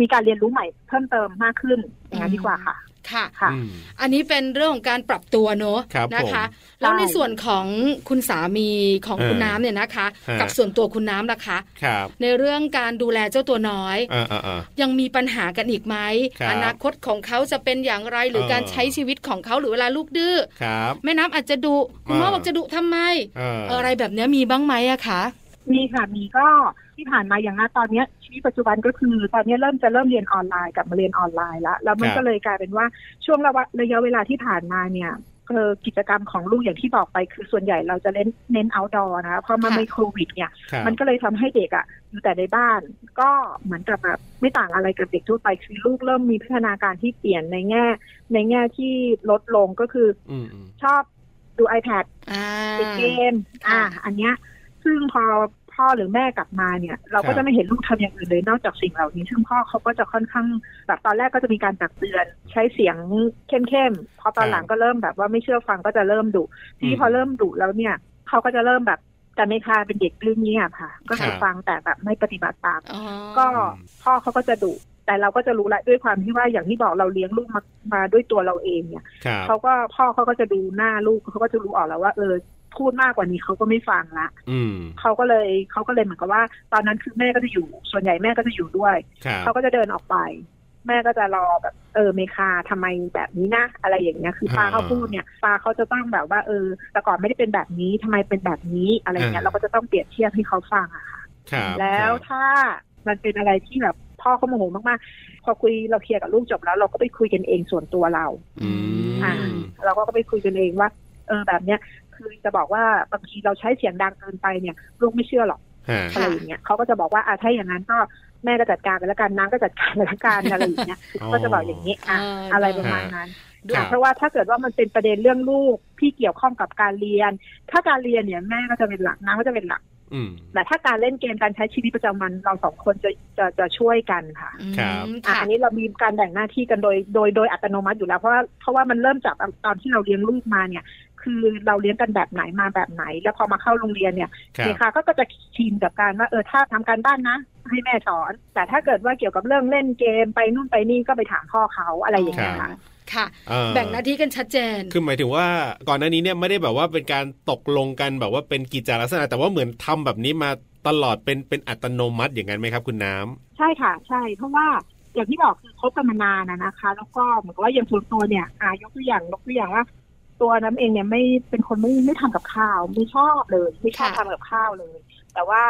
Speaker 5: มีการเรียนรู้ใหม่เพิ่มเติมมากขึ้นอย่างนั้นดีกว่าค่ะ
Speaker 2: ค่ะ
Speaker 5: ค่ะ
Speaker 3: อืม
Speaker 2: อันนี้เป็นเรื่องของการปรับตัวเนอะ
Speaker 3: ครับ
Speaker 2: นะคะ
Speaker 3: ผม
Speaker 2: แล้วในส่วนของคุณสามีของ
Speaker 3: เออ
Speaker 2: คุณน้ำเนี่ยนะคะ
Speaker 3: ฮะ
Speaker 2: กับส่วนตัวคุณน้ำล่ะคะ
Speaker 3: ครับ
Speaker 2: ในเรื่องการดูแลเจ้าตัวน้อย
Speaker 3: อ่าอ่าอ่า
Speaker 2: ยังมีปัญหากันอีกไหม
Speaker 3: ครับ
Speaker 2: อนาคตของเขาจะเป็นอย่างไรหรือ
Speaker 3: เออ
Speaker 2: การใช้ชีวิตของเขาหรือเวลาลูกดื้อ
Speaker 3: ครับ
Speaker 2: แม่น้ำอาจจะดุคุณพ่อ
Speaker 3: เออ
Speaker 2: บอกจะดุทำไม
Speaker 3: เออ
Speaker 2: เอออะไรแบบเนี้ยมีบ้างไหมอะคะ
Speaker 5: มีค่ะมีก็ที่ผ่านมาอย่างนั้นตอนเนี้ยชีวิตปัจจุบันก็คือ ตอนเนี้ยเริ่มจะเริ่มเรียนออนไลน์กลับมาเรียนออนไลน์ละแล้วมันก็เลยกลายเป็นว่าช่วงระวะระยะเวลาที่ผ่านมาเนี่ยเอ่อกิจกรรมของลูกอย่างที่บอกไป คือส่วนใหญ่เราจะเล่นเน้น outdoor นะคะพอมาไม่โควิดเนี่ย
Speaker 3: ครับ
Speaker 5: มันก็เลยทำให้เด็กอะ่ะอยู่แต่ในบ้าน ก็เหมือนกับแบบไม่ต่างอะไรกับเด็กทั่วไปคือลูกเริ่มมีพัฒนาการที่เปลี่ยนในแง่ ในแง่ที่ลดลงก็คือ
Speaker 3: อืมอืม
Speaker 5: ชอบดู iPad
Speaker 2: อ่า
Speaker 5: ติดเกม
Speaker 2: อ่า
Speaker 5: อ่า อันเนี้ย ซึ่งพอพ่อหรือแม่กลับมาเนี่ย เราก็จะไม่เห็นลูกทำอย่างอื่นเลยนอกจากสิ่งเหล่านี้ ซึ่งพ่อเขาก็จะค่อนข้างแบบตอนแรกก็จะมีการตักเตือน ใช้เสียงเข้มๆ พอตอนหลังก็เริ่มแบบว่าไม่เชื่อฟังก็จะเริ่มดุทนี่พอเริ่มดุแล้วเนี่ยเขาก็จะเริ่มแบบแต่ไม่คาเป็นเด็กดื้อเงียบค่ะ ก็คือฟังแต่แบบไม่ปฏิบัติตาม
Speaker 2: อ๋อ
Speaker 5: ก็พ่อเขาก็จะดุแต่เราก็จะรู้ละด้วยความที่ว่าอย่างที่บอกเราเลี้ยงลูกมามาด้วยตัวเราเองเนี่ย
Speaker 3: ครับ
Speaker 5: เขาก็พ่อเขาก็จะดูหน้าลูกเขาก็จะรู้ออกแล้วว่าเออพูดมากกว่านี้เขาก็ไม่ฟังละ
Speaker 3: อืม
Speaker 5: เขาก็เลยเขาก็เลยเหมือนกับว่า ตอนนั้นคือแม่ก็จะอยู่ ส่วนใหญ่แม่ก็จะอยู่ด้วย
Speaker 3: ครับ
Speaker 5: เขาก็จะเดินออกไป แม่ก็จะรอแบบเออเมคาทำไมแบบนี้นะ อะไรอย่างเงี้ยคือ
Speaker 3: อ่า
Speaker 5: ปาเขาพูดเนี่ยปาเขาจะต้องแบบว่าเออแต่ก่อนไม่ได้เป็นแบบนี้ทำไมเป็นแบบนี้อะไรเงี้ย
Speaker 3: อ่า
Speaker 5: เราก็จะต้องเปรียบเทียบให้เขาฟังอะค่ะ
Speaker 3: ครับ
Speaker 5: แล้ว
Speaker 3: ครับ
Speaker 5: ถ้ามันเป็นอะไรที่แบบพ่อเขาโมโหมากๆพอคุยเราเคลียร์กับลูกจบแล้ว เราก็ไปคุยกันเองส่วนตัวเรา
Speaker 3: อืม
Speaker 5: อ่าเราก็ไปคุยกันเองว่า เออแบบเนี้ยคือจะบอกว่าบางทีเราใช้เสียงดังเกินไปเนี่ยลูกไม่เชื่อหรอก
Speaker 3: ฮะ
Speaker 5: อะไรอย่างเงี้ยเขาก็จะบอกว่าอ่ะถ้าอย่างนั้นก็แม่ก็จัดการไปแล้วกันน้ำก็จัดการไปแล้ว กันอะไรอย่างเงี้ยเขาก็จะบอกอย่างนี้อ่ะ
Speaker 2: เ
Speaker 5: อะไรประมาณนั้น
Speaker 3: ค
Speaker 5: อ่ะ
Speaker 3: บ
Speaker 5: เพราะว่าถ้าเกิดว่ามันเป็นประเด็นเรื่องลูกที่เกี่ยวข้องกับการเรียน ถ้าการเรียนเนี่ยแม่ก็จะเป็นหลักน้ำก็จะเป็นหลัก
Speaker 3: อืม
Speaker 5: แต่ถ้าการเล่นเกมการใช้ชีวิตประจำวันเราสองคนจะจะจะช่วยกันค่ะ
Speaker 2: อืม
Speaker 3: ครับ
Speaker 5: อ่ะ
Speaker 2: ค่ะ
Speaker 5: อันนี้เรามีการแบ่งหน้าที่กันโดยโดยโดยอัตโนมัติอยู่แล้วเพราะว่าเพราะว่ามันเริ่มจากตอนที่เราเลี้ยงลูกมาเนี่ย คือเราเลี้ยงกันแบบไหนมาแบบไหน แล้วพอมาเข้าโรงเรียนเนี่ย
Speaker 3: ครั
Speaker 5: เม
Speaker 3: บ
Speaker 5: คาก็ก็จะชินกับการว่าเออถ้าทำการบ้านนะ ให้แม่สอน แต่ถ้าเกิดว่าเกี่ยวกับเรื่องเล่นเกมไปนู่นไปนี่ก็ไปถามพ่อเขาอะไรอย่างเงี้ย
Speaker 3: รับ
Speaker 5: ค่ะ
Speaker 2: ค่ะ
Speaker 3: เอ่อ
Speaker 2: แบ่งหน้าที่กันชัดเจน
Speaker 3: คือหมายถึงว่าก่อนหน้านี้เนี่ยไม่ได้แบบว่าเป็นการตกลงกันแบบว่าเป็นกิจจาลักษณะ แต่ว่าเหมือนทำแบบนี้มาตลอดเป็นเป็นอัตโนมัติอย่างนั้นไหมครับ คุณน้ำ
Speaker 5: ใช่ค่ะ ใช่ เพราะว่าอย่างที่บอกคือคบกันมานานนะนะคะ แล้วก็เหมือนกับว่าอย่างส่วนตัวเนี่ยอายกตัวอย่างยกตัวอย่างว่า ตัวน้ำเองเนี่ยไม่เป็นคนไม่ไม่ทำกับข้าวไม่ชอบเลย ไม่ชอบ
Speaker 2: ค่ะ
Speaker 5: ทำกับข้าวเลย แต่ว่า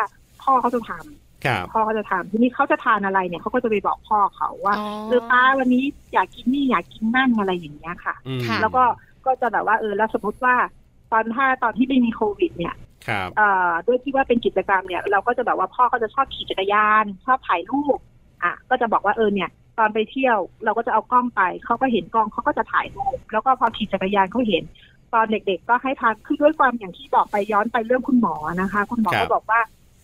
Speaker 5: พ่อเขาจะทำ
Speaker 3: ครับ
Speaker 5: พ่อเขาจะทำทีนี้เขาจะทานอะไรเนี่ยเขาก็จะไปบอกพ่อเขาว่าเออป้าวันนี้อยากกินนี่อยากกินนั่นอะไรอย่างเงี้ยค่ะ
Speaker 3: อืม
Speaker 2: ค่ะ
Speaker 5: แล้วก็ก็จะแบบว่าเออแล้วสมมติว่าตอนถ้าตอนที่ไม่มีโควิดเนี่ย
Speaker 3: ครับ
Speaker 5: เอ่อด้วยที่ว่าเป็นกิจกรรมเนี่ย เราก็จะแบบว่าพ่อก็จะชอบขี่จักรยาน ชอบถ่ายรูปอ่ะก็จะบอกว่าเออเนี่ย ตอนไปเที่ยวเราก็จะเอากล้องไปเขาก็เห็นกล้องเขาก็จะถ่ายรูปแล้วก็พอขี่จักรยานเขาเห็น ตอนเด็กๆ ก็ให้พักคือด้วยความอย่างที่บอกไปย้อนไปเรื่องคุณหมอนะคะ คุณหมอ
Speaker 3: ครั
Speaker 5: ก็
Speaker 3: บ
Speaker 5: บอกว่า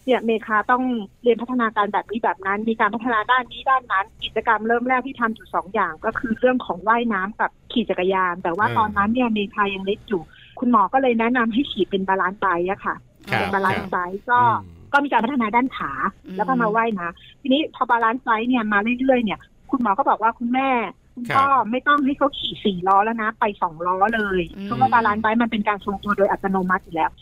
Speaker 5: เนี่ยเมคาต้องเรียนพัฒนาการแบบนี้แบบนั้น มีการพัฒนาด้านนี้ด้านนั้น กิจกรรมเริ่มแรกที่ทำอยู่สองอย่าง ก็คือเรื่องของว่ายน้ำกับขี่จักรยาน แต่ว่า
Speaker 3: อืม
Speaker 5: ตอนนั้นเนี่ยเมคายังเล็กอยู่ คุณหมอก็เลยแนะนำให้ขี่เป็นบาลานซ์ไบค์อะค่ะ
Speaker 3: ครับ
Speaker 5: เป็นบาลานซ์ไบค์ก็
Speaker 3: อืม
Speaker 5: ก็มีการพัฒนาด้านขา
Speaker 2: อืม
Speaker 5: แล้วก็มาว่ายนะ ทีนี้พอบาลานซ์ไซส์เนี่ยมาเรื่อยๆเนี่ย คุณหมอก็บอกว่าคุณแม่ คุณพ่อ
Speaker 3: ครับ
Speaker 5: ไม่ต้องให้เขาขี่สี่ล้อแล้วนะ ไปสองล้อเลย
Speaker 2: อืม
Speaker 5: เพราะว่าบาลานซ์ไซส์มันเป็นการทรงตัวโดยอัตโนมัติอยู่แล้ว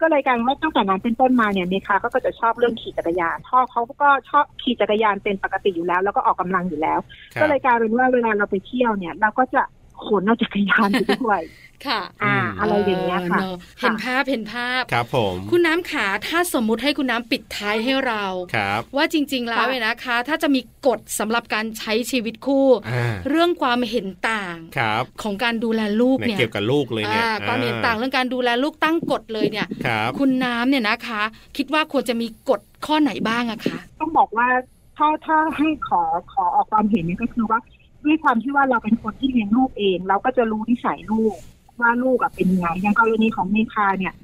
Speaker 5: ก็เลยกลารว่าตั้งแต่นั้นเป็นต้นมาเนี่ยเมคาก็จะชอบเรื่องขี่จักรยานพ่อเขาก็ชอบขี่จักรยานเป็นปกติอยู่แล้ว แล้วก็ออกกำลังอยู่แล้ว
Speaker 3: ครับ
Speaker 5: ก็เลยกลายเป็นว่าเวลาเราไปเที่ยวเนี่ย เราก็จะขนเอาจักรยานไปด้วย
Speaker 2: ค่ะ
Speaker 5: อ่า อะไรอย่างเงี้ยค่ะ
Speaker 2: ออเนอเห็นภาพเห็นภาพ
Speaker 3: ครับผม
Speaker 2: คุณน้ำขาถ้าสมมุติให้คุณน้ำปิดท้ายให้เรา
Speaker 3: ครับ
Speaker 2: ว่าจริง ๆ แล้ว
Speaker 5: ค่ะ
Speaker 2: เนี่ยนะคะ ถ้าจะมีกฎสำหรับการใช้ชีวิตคู่
Speaker 3: อ่า
Speaker 2: เรื่องความเห็นต่าง
Speaker 3: ครับ
Speaker 2: ของการดูแลลูก
Speaker 3: ใน
Speaker 2: เนี่ย
Speaker 3: เกี่ยวกับลูกเลยเนี่ย
Speaker 2: อ่าความเห็นต่างเรื่องการดูแลลูกตั้งกฎเลยเนี่ย
Speaker 3: ครับ
Speaker 2: คุณน้ำเนี่ยนะคะ คิดว่าควรจะมีกฎข้อไหนบ้างอะคะ
Speaker 5: ต้องบอกว่าถ้าถ้าให้ขอขอออกความเห็นเนี่ยก็คือว่าด้วยความที่ว่าเราเป็นคนที่เลี้ยงลูกเอง เราก็จะรู้นิสัยลูกว่าลูกอะเป็นยังไงอย่างกรณีของเมคาเนี่ย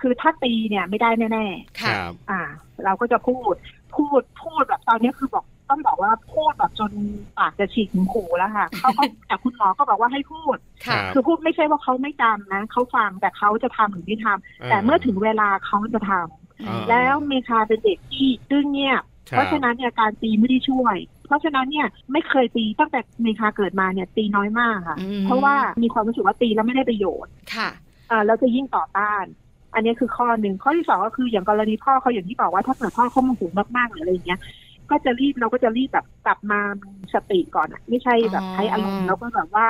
Speaker 5: คือถ้าตีเนี่ยไม่ได้แน่
Speaker 3: ค
Speaker 2: ค่ะ
Speaker 3: รับ
Speaker 5: ๆอ่า เราก็จะพูดพูดพูดแบบตอนนี้คือบอกต้องบอกว่าพูดแบบจนปากจะฉีกถึงหูแล้วค่ะเขาก็ แต่คุณหมอก็บอกว่าให้พูด
Speaker 3: ครับ
Speaker 5: คือพูดไม่ใช่ว่าเขาไม่จำนะเขาฟังแต่เขาจะทำหรือไม่ทำแต่เมื่อถึงเวลาเขาจะทำ
Speaker 3: อ่า
Speaker 5: แล้วเมคาเป็นเด็กที่ดื้อเงียบ
Speaker 3: คบ
Speaker 5: เพราะฉะนั้นเนี่ยการตีไม่ได้ช่วย เพราะฉะนั้นเนี่ยไม่เคยตีตั้งแต่เมคาเกิดมาเนี่ยตีน้อยมากค่ะ
Speaker 2: อืม
Speaker 5: เพราะว่ามีความรู้สึกว่าตีแล้วไม่ได้ประโยชน์
Speaker 2: ค่ะ
Speaker 5: อ่าแล้วจะยิ่งต่อต้าน อันนี้คือข้อหนึ่งข้อที่สองก็คืออย่างกรณีพ่อเขาอย่างที่บอกว่าถ้าเกิดพ่อเขาโมโหมากๆหรืออะไรอย่างเงี้ย ก็จะรีบเราก็จะรีบแบบกลับมามีสติก่อนอะไม่ใช่แบบ
Speaker 2: อ๋อ
Speaker 5: ใช้อารมณ์แล้วก็แบบว่า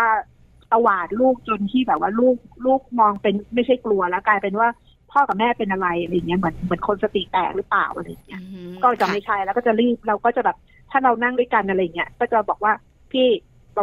Speaker 5: ตวาดลูกจนที่แบบว่าลูกลูกมองเป็นไม่ใช่กลัวแล้วกลายเป็นว่าพ่อกับแม่เป็นอะไรอะไรอย่างเงี้ยเหมือนเหมือนคนสติแตกหรือเปล่าอะไรอย่างเงี้ย
Speaker 2: อืม
Speaker 5: ก็จะ
Speaker 2: ค่
Speaker 5: ไม่ใช่แล้วก็จะรีบเราก็จะแบบถ้าเรานั่งด้วยกันอะไรอย่างเงี้ยก็จะบอกว่าพี่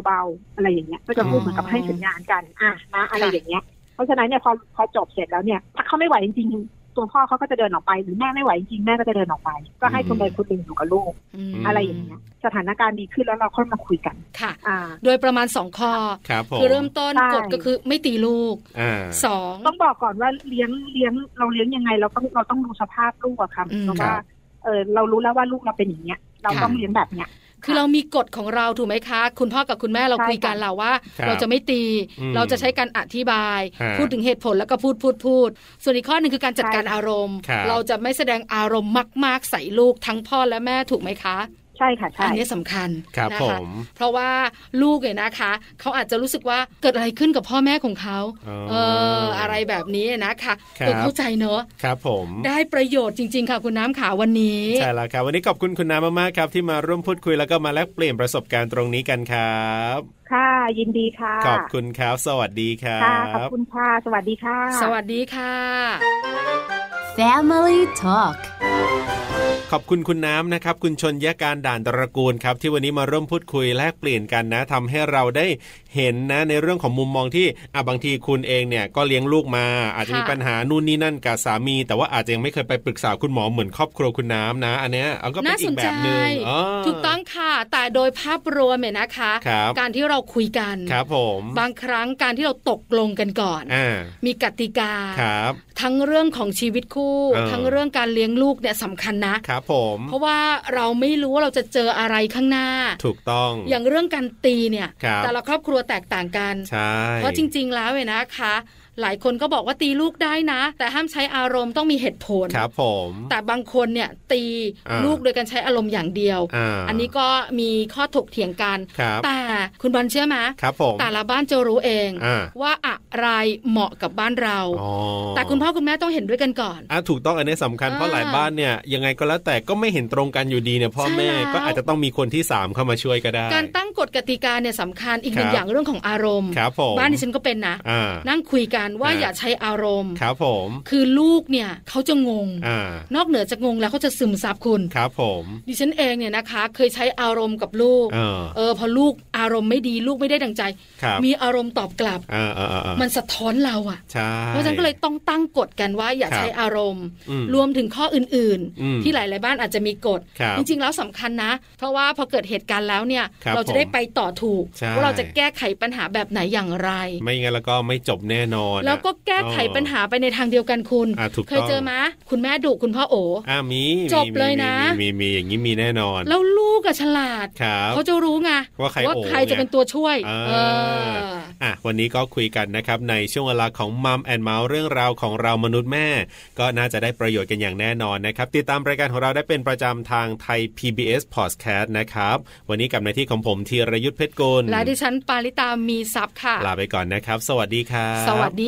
Speaker 5: เบาๆอะไรอย่างเงี้ยก็จะเหมือนกับให้สัญญาณกันอ่ะนะอะไรอย่างเงี้ยเพราะฉะนั้นเนี่ยพอพอจบเสร็จแล้วเนี่ย ถ้าเขาไม่ไหวจริงๆตัวพ่อเขาก็จะเดินออกไป หรือแม่ไม่ไหวจริงๆแม่ก็จะเดินออกไป ก็ให้คนใดคนหนึ่งอยู่กับลูก
Speaker 2: ม
Speaker 5: อะไรอย่างเงี้ยสถานการณ์ดีขึ้นแล้วเราค่อยมาคุยกัน
Speaker 2: ค่ะ
Speaker 5: อ่า
Speaker 2: โดยประมาณสองข้อ
Speaker 3: ครับผม
Speaker 2: คือเริ่มต้น
Speaker 5: ใช่
Speaker 2: กฎก็คือไม่ตีลูก
Speaker 3: อ่า
Speaker 2: สอง
Speaker 5: ต้องบอกก่อนว่าเลี้ยงเลี้ยงเราเลี้ยงยังไง เราต้องเราต้องดูสภาพลูกอะค่ะ
Speaker 2: อืม
Speaker 5: เพราะ
Speaker 3: ค
Speaker 5: ว่า
Speaker 3: รับ
Speaker 5: เออเรารู้แล้วว่าลูกเราเป็นอย่างเงี้ยเรา
Speaker 2: ค่ะ
Speaker 5: ต้องเลี้ยงแบบเนี้ย
Speaker 2: คือเรามีกฎของเราถูกไหมคะ คุณพ่อกับคุณแม่เรา
Speaker 5: ใช่
Speaker 2: คุยกัน
Speaker 5: ค่ะ
Speaker 2: เราว่า
Speaker 3: ครับ
Speaker 2: เราจะไม่ตี
Speaker 3: อืม
Speaker 2: เราจะใช้การอธิบาย
Speaker 3: ฮะ
Speaker 2: พูดถึงเหตุผลแล้วก็พูดพูดพูด ส่วนอีกข้อหนึ่งคือการจัด
Speaker 5: ใช่
Speaker 2: การอารมณ์
Speaker 3: ครับ
Speaker 2: เราจะไม่แสดงอารมณ์มากๆใส่ลูกทั้งพ่อและแม่ถูกไหมคะ
Speaker 5: ใช่ค่ะใช่
Speaker 2: อันนี้สำคัญ
Speaker 3: ครับ
Speaker 2: นะ
Speaker 3: ผ
Speaker 2: คะ
Speaker 3: ม
Speaker 2: เพราะว่าลูกเนี่ยนะคะ เขาอาจจะรู้สึกว่าเกิดอะไรขึ้นกับพ่อแม่ของเขา
Speaker 3: อ๋อ
Speaker 2: เอออะไรแบบนี้นะคะ
Speaker 3: ครับ
Speaker 2: เออเข้าใจเนอะ
Speaker 3: ครับผม
Speaker 2: ได้ประโยชน์จริง ๆ ค่ะคุณน้ำขาวันนี้
Speaker 3: ใช่แล้วครับ วันนี้ขอบคุณคุณน้ำมากๆครับ ที่มาร่วมพูดคุยแล้วก็มาแลกเปลี่ยนประสบการณ์ตรงนี้กันครับ
Speaker 5: ค่ะ ยินดีค่ะ
Speaker 3: ขอบคุณครับ สวัสดีครั
Speaker 5: ค่ะ ขอบบ คุณค่ะ สวัสดีค่ะ
Speaker 2: สวัสดีค่ะ
Speaker 1: Family Talk
Speaker 3: ขอบคุณคุณน้ำนะครับ คุณชนยาการด่านตระกูลครับ ที่วันนี้มาร่วมพูดคุยแลกเปลี่ยนกันนะทำให้เราได้ เห็นนะในเรื่องของมุมมองที่อ่ะบางทีคุณเองเนี่ยก็เลี้ยงลูกมา อาจจะมี
Speaker 2: ค่ะ
Speaker 3: ปัญหานู่นนี่นั่นกับสามี แต่ว่าอาจจะยังไม่เคยไปปรึกษาคุณหมอเหมือนครอบครัวคุณน้ำนะ อันเนี้ยเอาก็เป็น
Speaker 2: น่า
Speaker 3: อี
Speaker 2: สน
Speaker 3: กแบ
Speaker 2: ใจ
Speaker 3: บหนึ่งอ๋อ
Speaker 2: ถูกต้องค่ะ แต่โดยภาพรวมเนี่ยนะคะ
Speaker 3: ครับ
Speaker 2: การที่เราคุยกัน
Speaker 3: ครับผม
Speaker 2: บางครั้งการที่เราตกลงกันก่อน
Speaker 3: อ่า
Speaker 2: มีกติกา
Speaker 3: ครับ
Speaker 2: ทั้งเรื่องของชีวิตคู่
Speaker 3: เออ
Speaker 2: ทั้งเรื่องการเลี้ยงลูกเนี่ยสำคัญนะ
Speaker 3: ครับผม
Speaker 2: เพราะว่าเราไม่รู้ว่าเราจะเจออะไรข้างหน้า
Speaker 3: ถูกต้อง
Speaker 2: อย่างเรื่องการตีเนี่ย
Speaker 3: ครับ
Speaker 2: แต่ละครอบครัวแตกต่างกัน
Speaker 3: ใช่
Speaker 2: เพราะจริง ๆ แล้วเนี่ยนะคะ หลายคนก็บอกว่าตีลูกได้นะ แต่ห้ามใช้อารมณ์ต้องมีเหตุผล
Speaker 3: ครับผม
Speaker 2: แต่บางคนเนี่ยตี
Speaker 3: อ่า
Speaker 2: ลูกโดยการใช้อารมณ์อย่างเดียว
Speaker 3: อ่า
Speaker 2: อันนี้ก็มีข้อถกเถียงกัน
Speaker 3: ครับ
Speaker 2: แต่คุณบอลเชื่อไหม
Speaker 3: ครับผม
Speaker 2: แต่ละบ้านจะรู้เอง
Speaker 3: อ่า
Speaker 2: ว่าอะไรเหมาะกับบ้านเรา
Speaker 3: อ๋อ
Speaker 2: แต่คุณพ่อคุณแม่ต้องเห็นด้วยกันก่อน
Speaker 3: อ่ะถูกต้องอันนี้สำคัญ
Speaker 2: อ่า
Speaker 3: เพราะหลายบ้านเนี่ยยังไงก็แล้วแต่ก็ไม่เห็นตรงกันอยู่ดีเนี่ยพ่อแม่
Speaker 2: ใช่แล้ว
Speaker 3: ก็อาจจะต้องมีคนที่สามเข้ามาช่วยก็ได้
Speaker 2: การตั้งกฎกติกาเนี่ยสำคัญอีกหนึ่
Speaker 3: ครั
Speaker 2: ง
Speaker 3: บ
Speaker 2: อย่างเรื่องของอารมณ์
Speaker 3: ครับผม
Speaker 2: บ้านดิฉันก็เป็นนะ
Speaker 3: อ่า
Speaker 2: นั่งคุยกันว่า
Speaker 3: ฮะ
Speaker 2: อย่าใช้อารมณ์
Speaker 3: ครับผม
Speaker 2: คือลูกเนี่ยเขาจะงง
Speaker 3: อ่าน
Speaker 2: อกเหนือจากงงแล้วเขาจะซึมซับคุณ
Speaker 3: ครับผม
Speaker 2: ดิฉันเองเนี่ยนะคะ เคยใช้อารมณ์กับลูก
Speaker 3: เออ
Speaker 2: เออพอลูกอารมณ์ไม่ดีลูกไม่ได้ดังใจ
Speaker 3: ครับ
Speaker 2: มีอารมณ์ตอบกลับ
Speaker 3: อ่าอ่าอ่าอ่า
Speaker 2: มันสะท้อนเราอะ
Speaker 3: ใช่
Speaker 2: เพราะฉะนั้นก็เลยต้องตั้งกฎกันว่าอย่า
Speaker 3: ครับ
Speaker 2: ใช้อารมณ์
Speaker 3: อืม
Speaker 2: รวมถึงข้ออื่น
Speaker 3: อืม
Speaker 2: ที่หลาย ๆ บ้านอาจจะมีกฎ
Speaker 3: ครับ
Speaker 2: จริง ๆ แล้วสำคัญนะ เพราะว่าพอเกิดเหตุการณ์แล้วเนี่ย
Speaker 3: ครับ
Speaker 2: เราจะได้ไปต่อถูก
Speaker 3: ใช่
Speaker 2: ว่าเราจะแก้ไขปัญหาแบบไหนอย่างไร
Speaker 3: ไม่งั้นแล้วก็ไม่จบแน่นอน
Speaker 2: แล้วก็แก้ไข
Speaker 3: อ่
Speaker 2: ปัญหาไปในทางเดียวกันคุณ
Speaker 3: อ่ะถูกต้อง
Speaker 2: เคยเจอมะคุณแม่ดุคุณพ่อโอ
Speaker 3: อ่ามีมี
Speaker 2: จบเลยนะ
Speaker 3: มีมีมีมีอย่างนี้มีแน่นอน
Speaker 2: แล้วลูกอะฉลาด
Speaker 3: ครับ
Speaker 2: เขาจะรู้ไง
Speaker 3: ว่าใครโอ๋
Speaker 2: ใครจะเป็นตัวช่วย
Speaker 3: อ่า
Speaker 2: เออ
Speaker 3: อ่ะวันนี้ก็คุยกันนะครับในช่วงเวลาของมัมแอนเมาส์เรื่องราวของเรามนุษย์แม่ ก็น่าจะได้ประโยชน์กันอย่างแน่นอนนะครับ ติดตามรายการของเราได้เป็นประจำทางไทย PBS Podcast นะครับ วันนี้กับในายที่ของผมธีรยุทธเพชรกุล
Speaker 2: และดิฉันปาริตามีซับค่ะ
Speaker 3: ลาไปก่อนนะครับ สวัสดีครับ
Speaker 2: สวัสดี